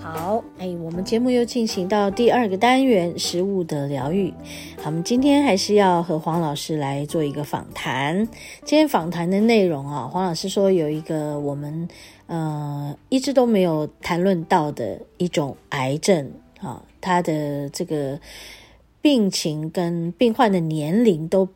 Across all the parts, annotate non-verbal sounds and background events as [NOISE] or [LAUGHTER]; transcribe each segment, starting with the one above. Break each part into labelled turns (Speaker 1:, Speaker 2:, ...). Speaker 1: 好，哎，我们节目又进行到第二个单元——食物的疗愈。好我们今天还是要和黄老师来做一个访谈。今天访谈的内容啊，黄老师说有一个我们呃一直都没有谈论到的一种癌症啊，它的这个病情跟病患的年龄都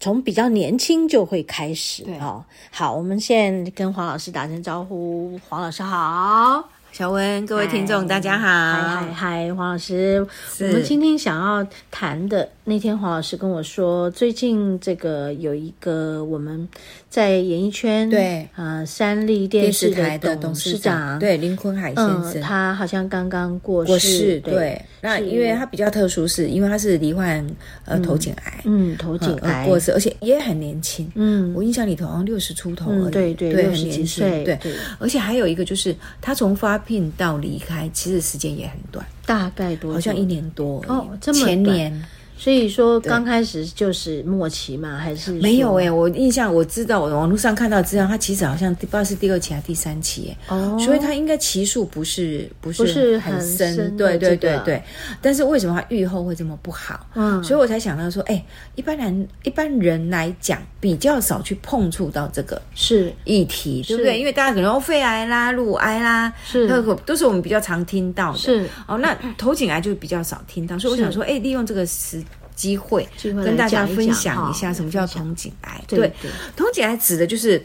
Speaker 1: 从比较年轻就会开始
Speaker 2: 对
Speaker 1: 啊。好，我们现在跟黄老师打声招呼，黄老师好。
Speaker 2: 小温，各位
Speaker 1: 嗨
Speaker 2: 听众，大家好。
Speaker 1: 嗨嗨嗨，黄老师，我
Speaker 2: 是
Speaker 1: 们今天想要谈的，那天黄老师跟我说，最近这个有一个我们在演艺圈
Speaker 2: 对
Speaker 1: 呃三立电视的事长，
Speaker 2: 对林坤海先
Speaker 1: 嗯，
Speaker 2: 生，
Speaker 1: 他好像刚刚过世，
Speaker 2: 我是
Speaker 1: 对，
Speaker 2: 对。那因为他比较特殊，是因为他是罹患呃头颈癌，
Speaker 1: 嗯，头颈
Speaker 2: 嗯而
Speaker 1: 癌
Speaker 2: 过，世，而且也很年轻。
Speaker 1: 嗯
Speaker 2: 我印象里头好像六十出头而
Speaker 1: 嗯，
Speaker 2: 已，
Speaker 1: 对对，
Speaker 2: 对，
Speaker 1: 六
Speaker 2: 很
Speaker 1: 十
Speaker 2: 年
Speaker 1: 几
Speaker 2: 轻
Speaker 1: 岁，，
Speaker 2: 对。而且还有一个就是，他从发病到离开，其实时间也很短，
Speaker 1: 大概多
Speaker 2: 好像
Speaker 1: 久
Speaker 2: 一年多而已
Speaker 1: 哦这么
Speaker 2: 前
Speaker 1: 短
Speaker 2: 年
Speaker 1: 所以说刚开始就是末期嘛，还是
Speaker 2: 没有
Speaker 1: 说
Speaker 2: 哎、我印象我知道，我网络上看到资料，他其实好像不知道是第二期还是第三期、欸，
Speaker 1: 哦，
Speaker 2: 所以它应该期数不是不是
Speaker 1: 不是
Speaker 2: 很
Speaker 1: 很
Speaker 2: 深，
Speaker 1: 深
Speaker 2: 对
Speaker 1: 的这
Speaker 2: 对
Speaker 1: 个
Speaker 2: 对对。但是为什么它愈后会这么不好？
Speaker 1: 嗯，
Speaker 2: 所以我才想到说，哎、一般人一般人来讲比较少去碰触到这个
Speaker 1: 是
Speaker 2: 议题，对不
Speaker 1: 是
Speaker 2: 对？因为大家可能哦肺癌啦、乳癌啦，
Speaker 1: 是
Speaker 2: 那个都是我们比较常听到的。
Speaker 1: 是
Speaker 2: 哦，那头颈癌就比较少听到，所以我
Speaker 1: 是
Speaker 2: 想
Speaker 1: [LAUGHS]
Speaker 2: 说，哎、利用这个时机会
Speaker 1: 机会来
Speaker 2: 跟大家
Speaker 1: 讲一
Speaker 2: 分
Speaker 1: 讲
Speaker 2: 享
Speaker 1: 哈
Speaker 2: 一下什么叫
Speaker 1: 分享
Speaker 2: 头颈癌。
Speaker 1: 对
Speaker 2: 对
Speaker 1: 对，
Speaker 2: 头颈癌指的就是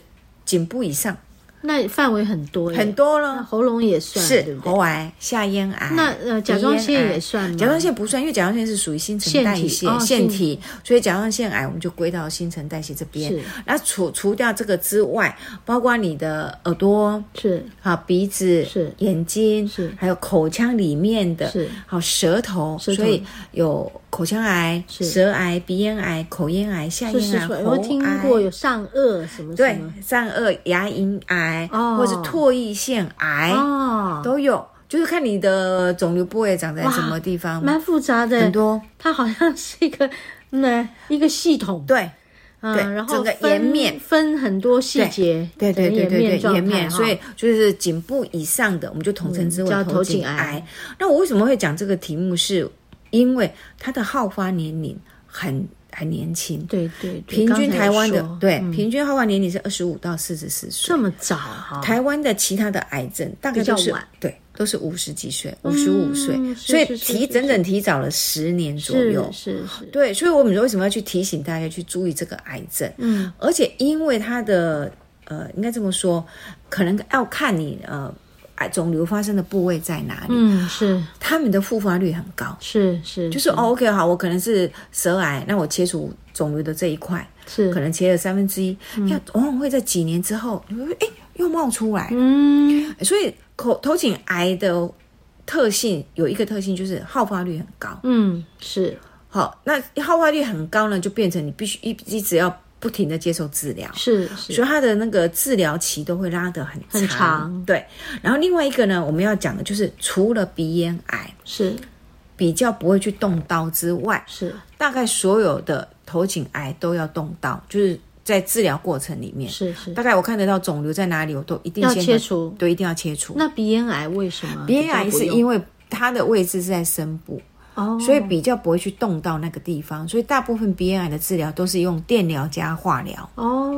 Speaker 2: 颈部以上
Speaker 1: 那范围很多耶，欸
Speaker 2: 很多咯。
Speaker 1: 那喉咙也算，对
Speaker 2: 是
Speaker 1: 不对？
Speaker 2: 喉癌、下咽癌。
Speaker 1: 那呃，甲状腺
Speaker 2: 鼻咽癌
Speaker 1: 也算吗？
Speaker 2: 甲状腺不算，因为甲状腺是属于新陈代谢
Speaker 1: 腺体哦
Speaker 2: 腺体，所以甲状腺癌我们就归到新陈代谢这边
Speaker 1: 是。
Speaker 2: 那除除掉这个之外，包括你的耳朵、
Speaker 1: 是
Speaker 2: 好啊鼻子、
Speaker 1: 是
Speaker 2: 眼睛
Speaker 1: 是
Speaker 2: 还有口腔里面的
Speaker 1: 是
Speaker 2: 好舌头，
Speaker 1: 舌头
Speaker 2: 所以有口腔癌、
Speaker 1: 是
Speaker 2: 舌癌、鼻咽癌、口咽癌、下
Speaker 1: 是
Speaker 2: 咽
Speaker 1: 是
Speaker 2: 癌、
Speaker 1: 说，
Speaker 2: 啊喉
Speaker 1: 我
Speaker 2: 癌。
Speaker 1: 听过有上颚什么什
Speaker 2: 对
Speaker 1: 么，
Speaker 2: 上颚牙龈癌，
Speaker 1: 哦
Speaker 2: 或是唾液腺癌，
Speaker 1: 哦，
Speaker 2: 哎都有，就是看你的肿瘤部位长在
Speaker 1: 哇
Speaker 2: 什么地方，
Speaker 1: 蛮复杂的，
Speaker 2: 很多。
Speaker 1: 它好像是一个那一个系统，
Speaker 2: 对
Speaker 1: 嗯，
Speaker 2: 对
Speaker 1: 然后
Speaker 2: 整个
Speaker 1: 分
Speaker 2: 颜面
Speaker 1: 分很多细节，
Speaker 2: 对对
Speaker 1: 整
Speaker 2: 对
Speaker 1: 个
Speaker 2: 对对，
Speaker 1: 状
Speaker 2: 颜
Speaker 1: 态
Speaker 2: 面，
Speaker 1: 哈
Speaker 2: 所以就是颈部以上的，我们就统称之为
Speaker 1: 叫头
Speaker 2: 头
Speaker 1: 颈
Speaker 2: 颈
Speaker 1: 癌
Speaker 2: 癌。那我为什么会讲这个题目是？因为它的好发年龄很很年轻，
Speaker 1: 对对，对
Speaker 2: 平均台湾
Speaker 1: 刚才有
Speaker 2: 的
Speaker 1: 说
Speaker 2: 对
Speaker 1: 嗯
Speaker 2: 平均好发年龄是二十五到四十四岁
Speaker 1: 这。么早哈，
Speaker 2: 台湾的其他的癌症大概
Speaker 1: 比较
Speaker 2: 都是
Speaker 1: 晚嗯
Speaker 2: 对，都是五十几岁、五十五岁，
Speaker 1: 是
Speaker 2: 所以
Speaker 1: 是是
Speaker 2: 提
Speaker 1: 是
Speaker 2: 整整提早了十年左
Speaker 1: 是
Speaker 2: 右。
Speaker 1: 是是，
Speaker 2: 对，所以我们为什么要去提醒大家去注意这个癌症？
Speaker 1: 嗯，
Speaker 2: 而且因为它的呃，应该这么说，可能要看你呃，癌肿瘤发生的部位在哪里，
Speaker 1: 嗯，是
Speaker 2: 他们的复发率很高。
Speaker 1: 是是，
Speaker 2: 就是哦，OK，好，我可能是舌癌，那我切除肿瘤的这一块，
Speaker 1: 是
Speaker 2: 可能切了三分之一，
Speaker 1: 嗯
Speaker 2: 那往往会在几年之后，你会哎、诶又冒出来，
Speaker 1: 嗯，
Speaker 2: 所以口头颈癌的特性有一个特性就是好发率很高。
Speaker 1: 嗯，是
Speaker 2: 好，那好发率很高呢，就变成你必须一一直要不停的接受治疗，
Speaker 1: 是是，
Speaker 2: 所以它的那个治疗期都会拉得很长。
Speaker 1: 很长
Speaker 2: 对，然后另外一个呢，我们要讲的就是除了鼻咽癌
Speaker 1: 是
Speaker 2: 比较不会去动刀之外，
Speaker 1: 是
Speaker 2: 大概所有的头颈癌都要动刀，就是在治疗过程里面，
Speaker 1: 是是，
Speaker 2: 大概我看得到肿瘤在哪里，我都一定
Speaker 1: 要
Speaker 2: 先
Speaker 1: 切除。
Speaker 2: 对，一定要切除。
Speaker 1: 那鼻咽癌为什么比
Speaker 2: 鼻
Speaker 1: 较不用？
Speaker 2: 咽癌是因为它的位置是在深部，
Speaker 1: 哦，
Speaker 2: 所以比较不会去动到那个地方，所以大部分鼻咽癌的治疗都是用电疗加化疗。
Speaker 1: 哦，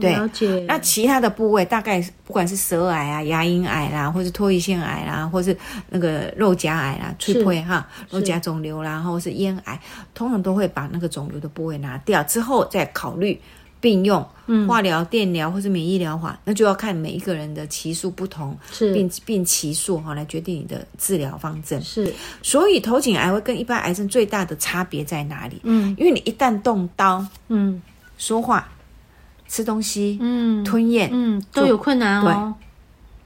Speaker 2: 对
Speaker 1: 了解。
Speaker 2: 那其他的部位大概不管是舌癌啊、牙龈癌啦、或是唾液腺癌啦、或是那个肉夹癌啦、脆配哈、肉夹肿瘤啦，或是咽癌，通常都会把那个肿瘤的部位拿掉之后，再考虑并用化疗、电疗或是免疫疗法，那就要看每一个人的期数不同，
Speaker 1: 是
Speaker 2: 并并期数哈来决定你的治疗方针。
Speaker 1: 是
Speaker 2: 所以头颈癌会跟一般癌症最大的差别在哪里？
Speaker 1: 嗯，
Speaker 2: 因为你一旦动刀、
Speaker 1: 嗯
Speaker 2: 说话、吃东西、
Speaker 1: 嗯
Speaker 2: 吞咽，
Speaker 1: 嗯都有困难哦，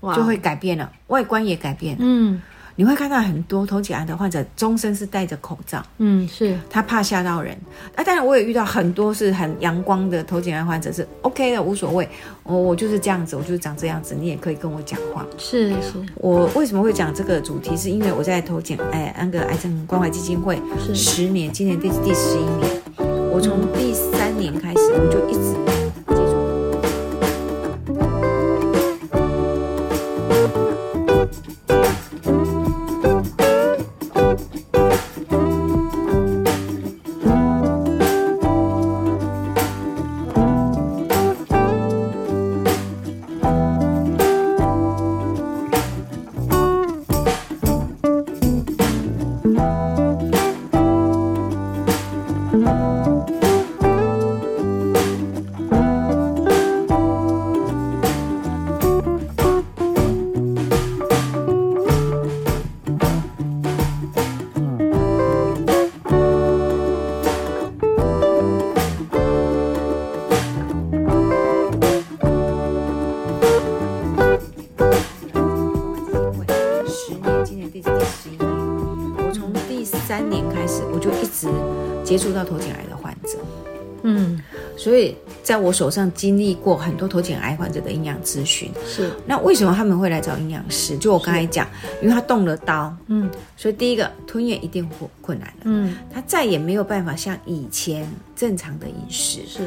Speaker 1: 哇
Speaker 2: 就会改变了，外观也改变了。
Speaker 1: 嗯
Speaker 2: 你会看到很多头颈癌的患者终身是戴着口罩，
Speaker 1: 嗯，是
Speaker 2: 他怕吓到人。啊，当然我也遇到很多是很阳光的头颈癌患者，是 OK 的，无所谓。我我就是这样子，我就是长这样子，你也可以跟我讲话。
Speaker 1: 是是
Speaker 2: 我为什么会讲这个主题？是因为我在头颈哎那个癌症关怀基金会
Speaker 1: 是
Speaker 2: 十年，今年第第十一年，我从第三年开始我就一直接触。十年，今年第第十一年，我从第三年开始，我就一直接触到头颈癌的患者，
Speaker 1: 嗯
Speaker 2: 所以在我手上经历过很多头颈癌患者的营养咨询。
Speaker 1: 是
Speaker 2: 那为什么他们会来找营养师？就我刚才讲，因为他动了刀，
Speaker 1: 嗯
Speaker 2: 所以第一个吞咽一定会困难了，
Speaker 1: 嗯
Speaker 2: 他再也没有办法像以前正常的饮食。
Speaker 1: 是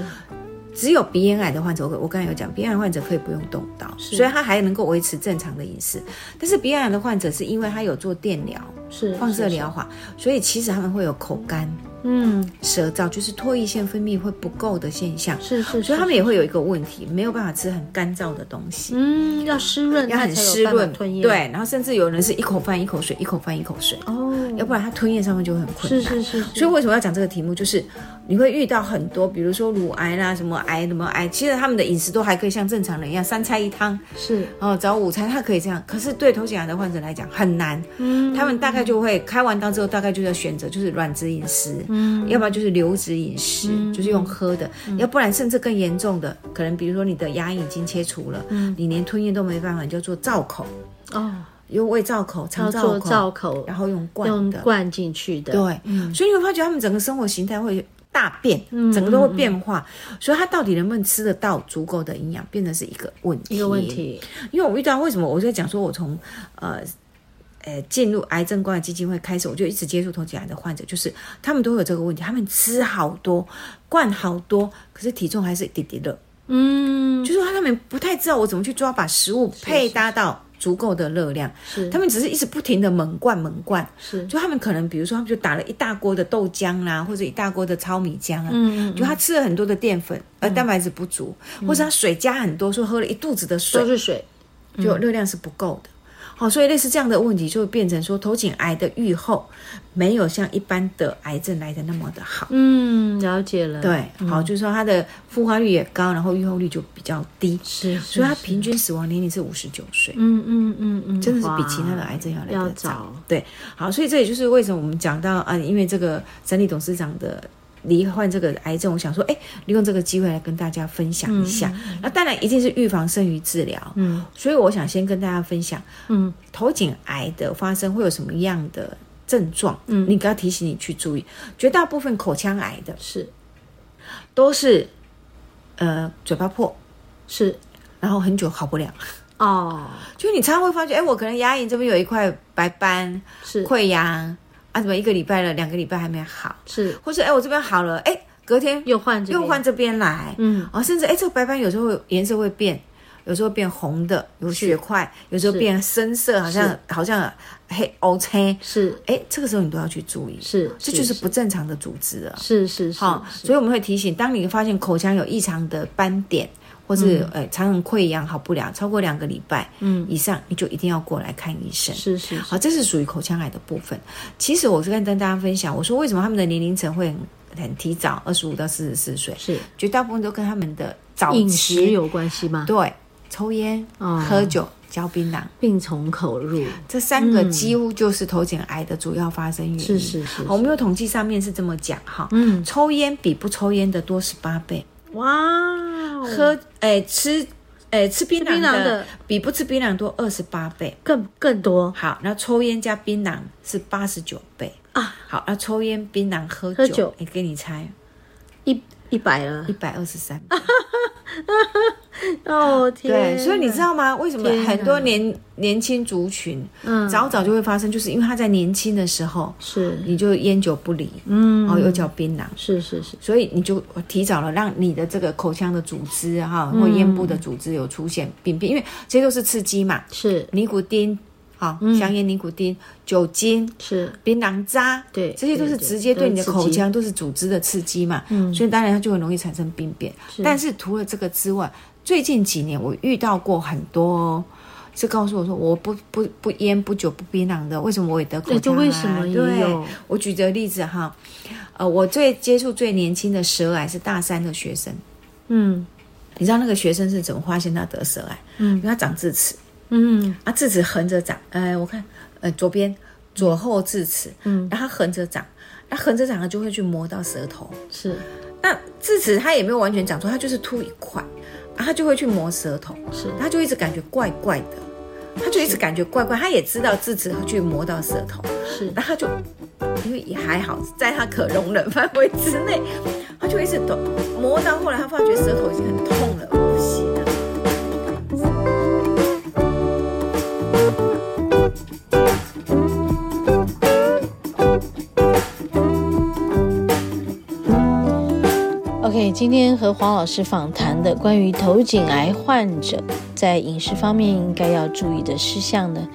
Speaker 2: 只有鼻咽癌的患者，我我刚才有讲，鼻咽癌患者可以不用动刀，
Speaker 1: 是
Speaker 2: 所以他还能够维持正常的饮食。但是鼻咽癌的患者是因为他有做电疗，
Speaker 1: 是
Speaker 2: 放射疗法，所以其实他们会有口干、
Speaker 1: 嗯
Speaker 2: 舌燥，就是唾液腺分泌会不够的现象，
Speaker 1: 是是，
Speaker 2: 所以他
Speaker 1: 是
Speaker 2: 们也会有一个问题，没有办法吃很干燥的东西，
Speaker 1: 嗯要湿润，
Speaker 2: 要
Speaker 1: 它
Speaker 2: 很
Speaker 1: 才有
Speaker 2: 湿
Speaker 1: 办法
Speaker 2: 润，
Speaker 1: 吞咽
Speaker 2: 对，然后甚至有人是一口饭一口水，一口饭一口水，
Speaker 1: 哦，
Speaker 2: 要不然他吞咽上面就会很困
Speaker 1: 是
Speaker 2: 难。
Speaker 1: 是是，
Speaker 2: 所以
Speaker 1: 以
Speaker 2: 为什么要讲这个题目？就是你会遇到很多，比如说乳癌啦、什么癌、什么癌，其实他们的饮食都还可以像正常人一样，三菜一汤，
Speaker 1: 是
Speaker 2: 哦，早午餐他可以这样。可是对头颈癌的患者来讲很难，
Speaker 1: 嗯
Speaker 2: 他们大概就会开完刀之后，大概就要选择就是软质饮食，
Speaker 1: 嗯
Speaker 2: 要不然就是流质饮食，就是用喝的；要不然甚至更严重的，可能比如说你的牙龈已经切除了，
Speaker 1: 嗯
Speaker 2: 你连吞咽都没办法，你就做造口，
Speaker 1: 哦
Speaker 2: 用胃造口、肠
Speaker 1: 要
Speaker 2: 造
Speaker 1: 做
Speaker 2: 口，
Speaker 1: 造口，
Speaker 2: 然后用灌
Speaker 1: 用
Speaker 2: 的。
Speaker 1: 灌进去的，
Speaker 2: 对，所以你会发觉他们整个生活形态会大变，
Speaker 1: 嗯
Speaker 2: 整个都会变化。所以他到底能不能吃得到足够的营养，变成是一个问题。
Speaker 1: 一个问，题
Speaker 2: 因为我遇到为什么我在讲说，我从呃。呃，进入癌症关怀基金会开始，我就一直接触头颈癌的患者，就是他们都有这个问题，他们吃好多，灌好多，可是体重还是一滴滴的，
Speaker 1: 嗯
Speaker 2: 就是说他们不太知道我怎么去抓，把食物配搭到足够的热量，
Speaker 1: 是
Speaker 2: 他们只是一直不停的猛灌猛灌，
Speaker 1: 是
Speaker 2: 就他们可能，比如说，他们就打了一大锅的豆浆啦、或者一大锅的糙米浆啊，
Speaker 1: 嗯
Speaker 2: 就他吃了很多的淀粉，而蛋白质不足，或者他水加很多，所以喝了一肚子的水
Speaker 1: 都，是嗯水
Speaker 2: 就热量是不够的。好，所以类似这样的问题，就会变成说头颈癌的预后没有像一般的癌症来的那么的好。
Speaker 1: 嗯了解了
Speaker 2: 对，好，就是说它的复发率也高，然后预后率就比较低，
Speaker 1: 是是
Speaker 2: 所以它平均死亡年龄是五十九岁。
Speaker 1: 嗯嗯嗯嗯，
Speaker 2: 真的是比
Speaker 1: 哇
Speaker 2: 其他的癌症要来
Speaker 1: 要
Speaker 2: 得
Speaker 1: 早
Speaker 2: 早。对，好，所以这也就是为什么我们讲到啊，因为这个三立董事长的。罹患这个癌症，我想说，哎，利用这个机会来跟大家分享一下。那当然一定是预防胜于治疗，
Speaker 1: 嗯
Speaker 2: 所以我想先跟大家分享
Speaker 1: 嗯
Speaker 2: 头颈癌的发生会有什么样的症状。
Speaker 1: 嗯
Speaker 2: 你要提醒你去注意。绝大部分口腔癌的
Speaker 1: 是
Speaker 2: 都是，呃，嘴巴破，
Speaker 1: 是
Speaker 2: 然后很久好不了。
Speaker 1: 哦
Speaker 2: 就你常常会发觉，哎，我可能牙龈这边有一块白斑，
Speaker 1: 是
Speaker 2: 溃疡啊，怎么一个礼拜了，两个礼拜还没好，
Speaker 1: 是
Speaker 2: 或者哎我这边好了，哎隔天
Speaker 1: 又换这
Speaker 2: 又
Speaker 1: 边
Speaker 2: 换这边来，
Speaker 1: 嗯
Speaker 2: 哦，甚至哎这个白斑有时候会颜色会变，有时候变红的，有血块，有时候
Speaker 1: 是
Speaker 2: 变深色，好像
Speaker 1: 是
Speaker 2: 好像黑 OK，
Speaker 1: 是
Speaker 2: 哎这个时候你都要去注意，
Speaker 1: 是
Speaker 2: 这就是不正常的组织了。
Speaker 1: 是是是
Speaker 2: 好，
Speaker 1: 是
Speaker 2: 所以我们会提醒，当你发现口腔有异常的斑点，或是呃常常溃疡好不了，超过两个礼拜
Speaker 1: 嗯
Speaker 2: 以上，你就一定要过来看医生。
Speaker 1: 是是是
Speaker 2: 好，这是属于口腔癌的部分。其实我是跟跟大家分享，我说为什么他们的年龄层会很很提早，二十五到四十四岁，
Speaker 1: 是
Speaker 2: 绝大部分都跟他们的早
Speaker 1: 饮食
Speaker 2: 期
Speaker 1: 有关系吗？
Speaker 2: 对抽烟、
Speaker 1: 哦
Speaker 2: 喝酒、嚼槟榔
Speaker 1: 病从口入
Speaker 2: 这三个
Speaker 1: 嗯
Speaker 2: 几乎就是头颈癌的主要发生原因。
Speaker 1: 是是是
Speaker 2: 好我们有统计上面是这么讲哈，
Speaker 1: 嗯
Speaker 2: 抽烟比不抽烟的多十八倍，
Speaker 1: 哇哦
Speaker 2: 喝诶、吃哎，吃槟榔
Speaker 1: 槟榔的
Speaker 2: 比不吃槟榔多二十八倍。
Speaker 1: 更更多
Speaker 2: 好，那抽烟加槟榔是八十九倍。
Speaker 1: 啊，
Speaker 2: 好，那抽烟、槟榔、喝
Speaker 1: 喝酒啊
Speaker 2: 哎，给你猜，
Speaker 1: 一一百了
Speaker 2: 一。百二十三。
Speaker 1: 啊哦天啊，
Speaker 2: 对，所以你知道吗？为什么
Speaker 1: 天哪
Speaker 2: 很多年年轻族群
Speaker 1: 嗯
Speaker 2: 早早就会发生，就是因为他在年轻的时候
Speaker 1: 是
Speaker 2: 你就烟酒不离，
Speaker 1: 嗯
Speaker 2: 然后又叫槟榔。
Speaker 1: 是是是
Speaker 2: 所以你就提早了让你的这个口腔的组织哈，或咽部的
Speaker 1: 嗯
Speaker 2: 组织有出现病变，因为这些都是刺激嘛，
Speaker 1: 是
Speaker 2: 尼古丁，好、
Speaker 1: 嗯
Speaker 2: 香烟、尼古丁、酒精、
Speaker 1: 是
Speaker 2: 槟榔渣，
Speaker 1: 对
Speaker 2: 这些都是
Speaker 1: 对对
Speaker 2: 直接对你的
Speaker 1: 都是
Speaker 2: 口
Speaker 1: 刺激
Speaker 2: 腔都是组织的刺激嘛，
Speaker 1: 嗯
Speaker 2: 所以当然它就很容易产生病变。但是除了这个之外，最近几年我遇到过很多、哦。是告诉我说我不不不烟不酒不槟榔的，为什么我也得口
Speaker 1: 对
Speaker 2: 腔
Speaker 1: 就为什么
Speaker 2: 癌
Speaker 1: 也
Speaker 2: 对
Speaker 1: 有
Speaker 2: 我举个例子哈，呃，我最接触最年轻的舌癌是大三的学生，
Speaker 1: 嗯
Speaker 2: 你知道那个学生是怎么发现他得舌癌？
Speaker 1: 嗯
Speaker 2: 因为他长智齿，
Speaker 1: 嗯
Speaker 2: 啊，智齿横着长，哎、我看，呃，左边左后智齿，
Speaker 1: 嗯
Speaker 2: 然后它横着长，那横着长它就会去磨到舌头，
Speaker 1: 是
Speaker 2: 那智齿它也没有完全长出来，它就是凸一块，啊，它就会去磨舌头，
Speaker 1: 是
Speaker 2: 它就一直感觉怪怪的，它就一直感觉怪怪，它也知道智齿会去磨到舌头，
Speaker 1: 是
Speaker 2: 那他就因为也还好，在他可容忍范围之内，他就一直抖磨到后来，他发觉舌头已经很痛了，不行了。
Speaker 1: OK，今天和黄老师访谈的关于头颈癌患者在饮食方面应该要注意的事项呢，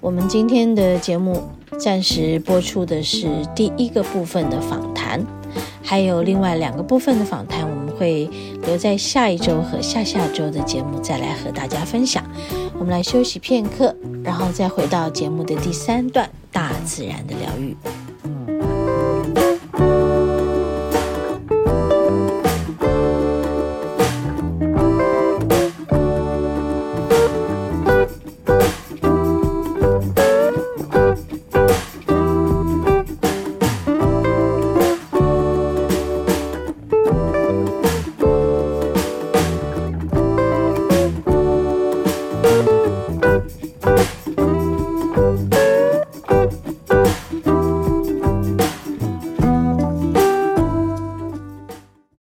Speaker 1: 我们今天的节目暂时播出的是第一个部分的访谈，还有另外两个部分的访谈，我们会留在下一周和下下周的节目再来和大家分享。我们来休息片刻，然后再回到节目的第三段——大自然的疗愈。